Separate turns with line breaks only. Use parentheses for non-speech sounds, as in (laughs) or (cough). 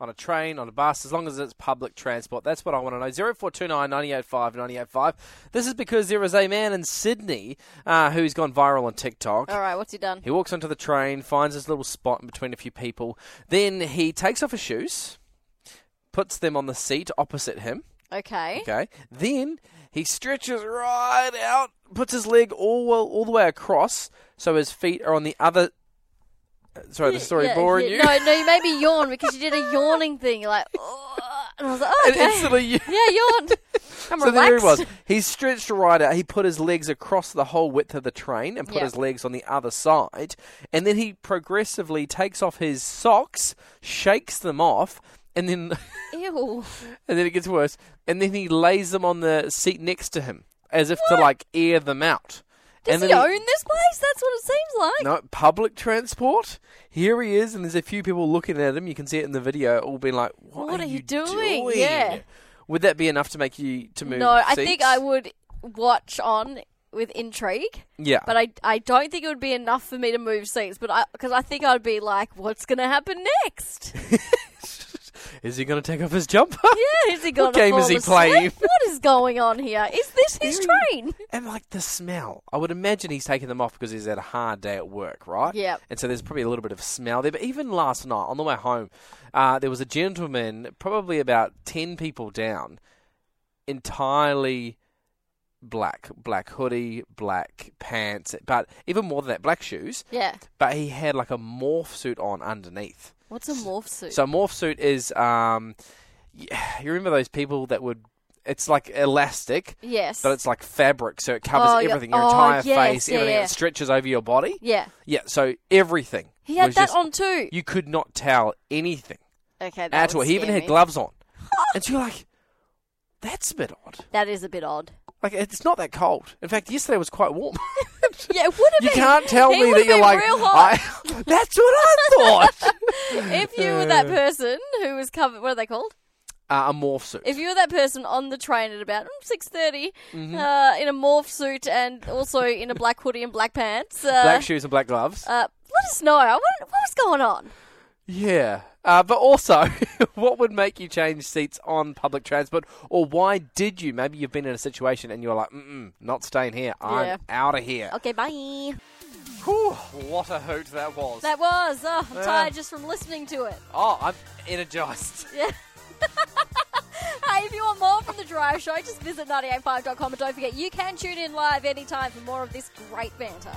on a train, on a bus, as long as it's public transport? That's what I want to know. 0429 985 985. This is because there is a man in Sydney uh, who's gone viral on TikTok.
All right, what's he done?
He walks onto the train, finds his little spot in between a few people. Then he takes off his shoes, puts them on the seat opposite him.
Okay.
Okay. Then he stretches right out, puts his leg all all the way across, so his feet are on the other. uh, Sorry, the story
Yeah,
boring
yeah.
you.
No, no, you made me yawn because you did a yawning thing. You're like, "Oh," and I was like, oh,
(laughs) And
okay.
instantly
(laughs)
you.
yeah,
(laughs)
yawned. I'm
So
relaxed.
there he was. He stretched right out. He put his legs across the whole width of the train and put
Yeah.
his legs on the other side. And then he progressively takes off his socks, shakes them off, and then (laughs)
Ew.
and then it gets worse. And then he lays them on the seat next to him as if to like air them out.
Does
and
he
then
own this place? That's what it seems like.
(laughs) No, public transport. Here he is, and there's a few people looking at him. You can see it in the video, all being like, "What,
What
are,
are you
you
doing?" Yeah.
Would that be enough to make you to move?
No, I
seats?
think I would watch on with intrigue.
Yeah,
But I, I don't think it would be enough for me to move seats. But I, because I think I'd be like, what's going to happen next?
is he going to take off his jumper? (laughs)
Yeah, is he going to
game
fall
is he
asleep?
playing?
(laughs) What is going on here? Is this his
Very-
train?
And like the smell, I would imagine he's taking them off because he's had a hard day at work, right?
Yep.
And so there's probably a little bit of smell there. But even last night on the way home, uh, there was a gentleman, probably about ten people down, entirely black, black hoodie, black pants, but even more than that, black shoes.
Yeah.
But he had like a morph suit on underneath.
What's a morph suit?
So a morph suit is, um, y- you remember those people that would. It's like elastic,
yes.
but it's like fabric, so it covers
Oh, yeah.
everything, your
Oh,
entire
yes,
face,
yeah,
everything.
yeah.
It stretches over your body.
yeah.
Yeah, so everything.
He had
was
that
just-
on too.
You could not tell anything
okay, that
at
would
all. He even
scare
had
me.
gloves
(laughs)
on, and so you're like, "That's a bit odd."
That is a bit odd.
Like it's not that cold. In fact, yesterday was quite
(laughs)
warm.
Yeah, it would have
you
been.
can't tell
he
me
would
that you're
be
like,
real
(laughs)
hot.
I, "That's what
(laughs)
I thought."
if you were that person who was covered, what are they called?
uh, a morph suit.
If you were that person on the train at about mm, six
Mm-hmm.
uh, in a morph suit and also in a black hoodie and black pants, uh,
black shoes and black gloves.
uh, let us know. I wonder what was going on.
Yeah. Uh, but also, (laughs) what would make you change seats on public transport? Or why did you? Maybe you've been in a situation and you're like, mm not staying here. I'm
Yeah.
out of here.
Okay, bye.
Whew, what a hoot that was.
That was. Oh, I'm
Yeah.
tired just from listening to it.
oh, I'm energized.
Yeah. hey, if you want more from The Drive Show, just visit 985.com and don't forget you can tune in live anytime for more of this great banter.